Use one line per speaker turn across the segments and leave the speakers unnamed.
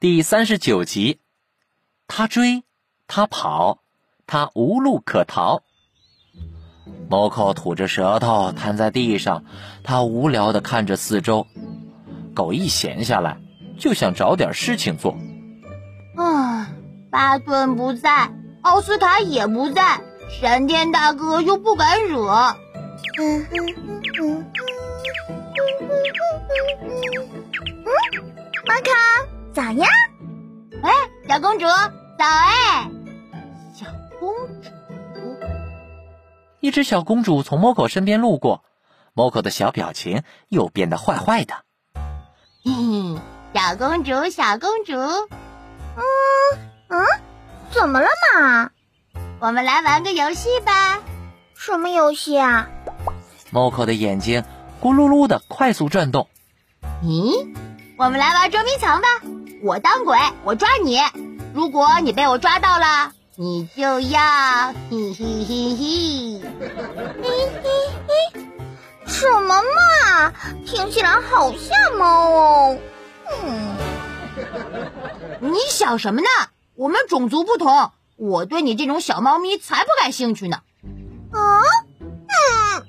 第三十九集，他追，他跑，他无路可逃。毛寇吐着舌头瘫在地上，他无聊的看着四周。狗一闲下来，就想找点事情做。
唉，巴顿不在，奥斯卡也不在，闪电大哥又不敢惹。嗯嗯
猫卡，早呀！
哎，小公主，早哎！小公主，
一只小公主从 Moco 身边路过，Moco 的小表情又变得坏坏的。
嘿嘿，小公主，小公主，
嗯嗯，怎么了嘛？
我们来玩个游戏吧。
什么游戏啊？
Moco 的眼睛咕噜噜的快速转动。
咦，我们来玩捉迷藏吧！我当鬼，我抓你。如果你被我抓到了，你就要嘿嘿嘿嘿。
嘿嘿嘿，什么嘛？听起来好吓猫哦。嗯，
你想什么呢？我们种族不同，我对你这种小猫咪才不感兴趣呢。
啊，嗯，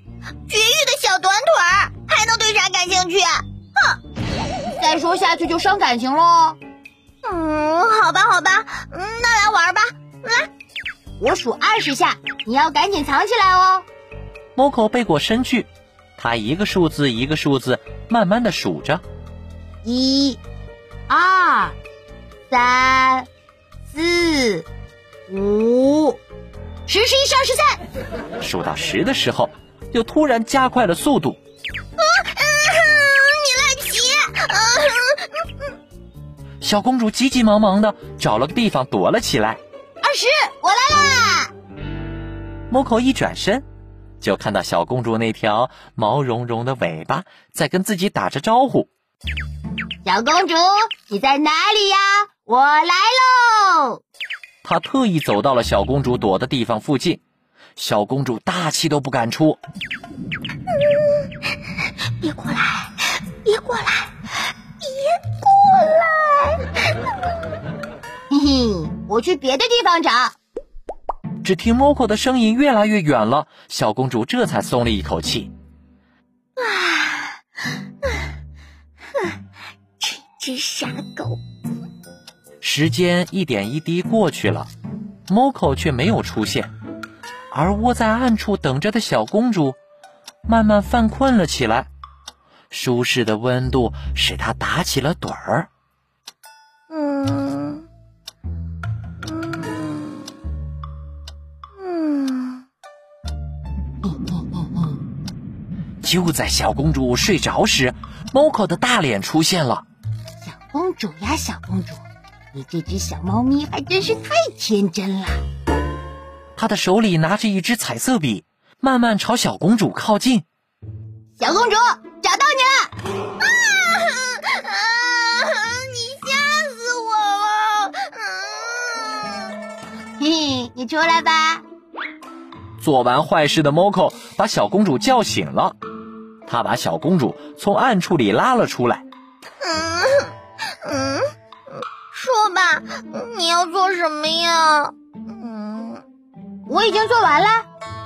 绝育的小短腿儿还能对啥感兴趣？哼，
再说下去就伤感情喽。
嗯，好吧好吧，嗯那来玩吧，来，
我数二十下，你要赶紧藏起来哦。
Moco 背过身去，他一个数字一个数字慢慢的数着，
一、二、三、四、五、十、十一、十二、十三。
数到十的时候，又突然加快了速度。
嗯，米赖奇，嗯，
小公主急急忙忙的找了个地方躲了起来。
二十，我来啦！
Moco 一转身，就看到小公主那条毛茸茸的尾巴在跟自己打着招呼。
小公主，你在哪里呀？我来喽！
他特意走到了小公主躲的地方附近，小公主大气都不敢出。
别过来，别过来，别过来！
嘿嘿，我去别的地方找。
只听 Moco 的声音越来越远了，小公主这才松了一口气。
这只傻狗，
时间一点一滴过去了，Moco 却没有出现，而窝在暗处等着的小公主，慢慢犯困了起来。舒适的温度使她打起了盹儿。
嗯嗯嗯，
就在小公主睡着时，Moco 的大脸出现了。
小公主呀，小公主，你这只小猫咪还真是太天真了。
她的手里拿着一支彩色笔，慢慢朝小公主靠近。
小公主，找到你了！
啊！你吓死我了！嗯，
嘿嘿，你出来吧。
做完坏事的 Moco 把小公主叫醒了，他把小公主从暗处里拉了出来。
嗯嗯，说吧，你要做什么呀？嗯
我已经做完了，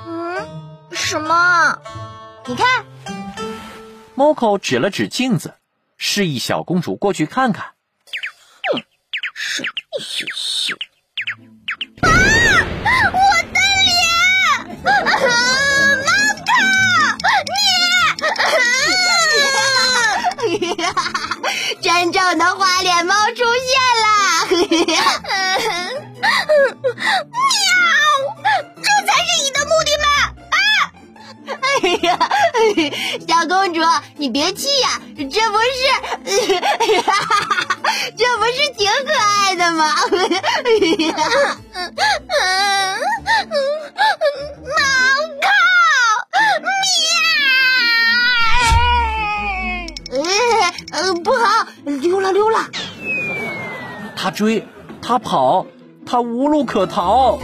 嗯，什么？
你看，
Moco 指了指镜子，示意小公主过去看看。
神秘兮兮。啊！我的脸！啊，猫卡，
真正的花脸猫出现了。
你，喵！这才是你的目的吧？
哎呀，小公主，你别气呀，这不是，这不是挺可爱的吗？
嗯嗯，猫卡，喵！
呃呃，不好，溜了溜了。
她追，她跑，她无路可逃。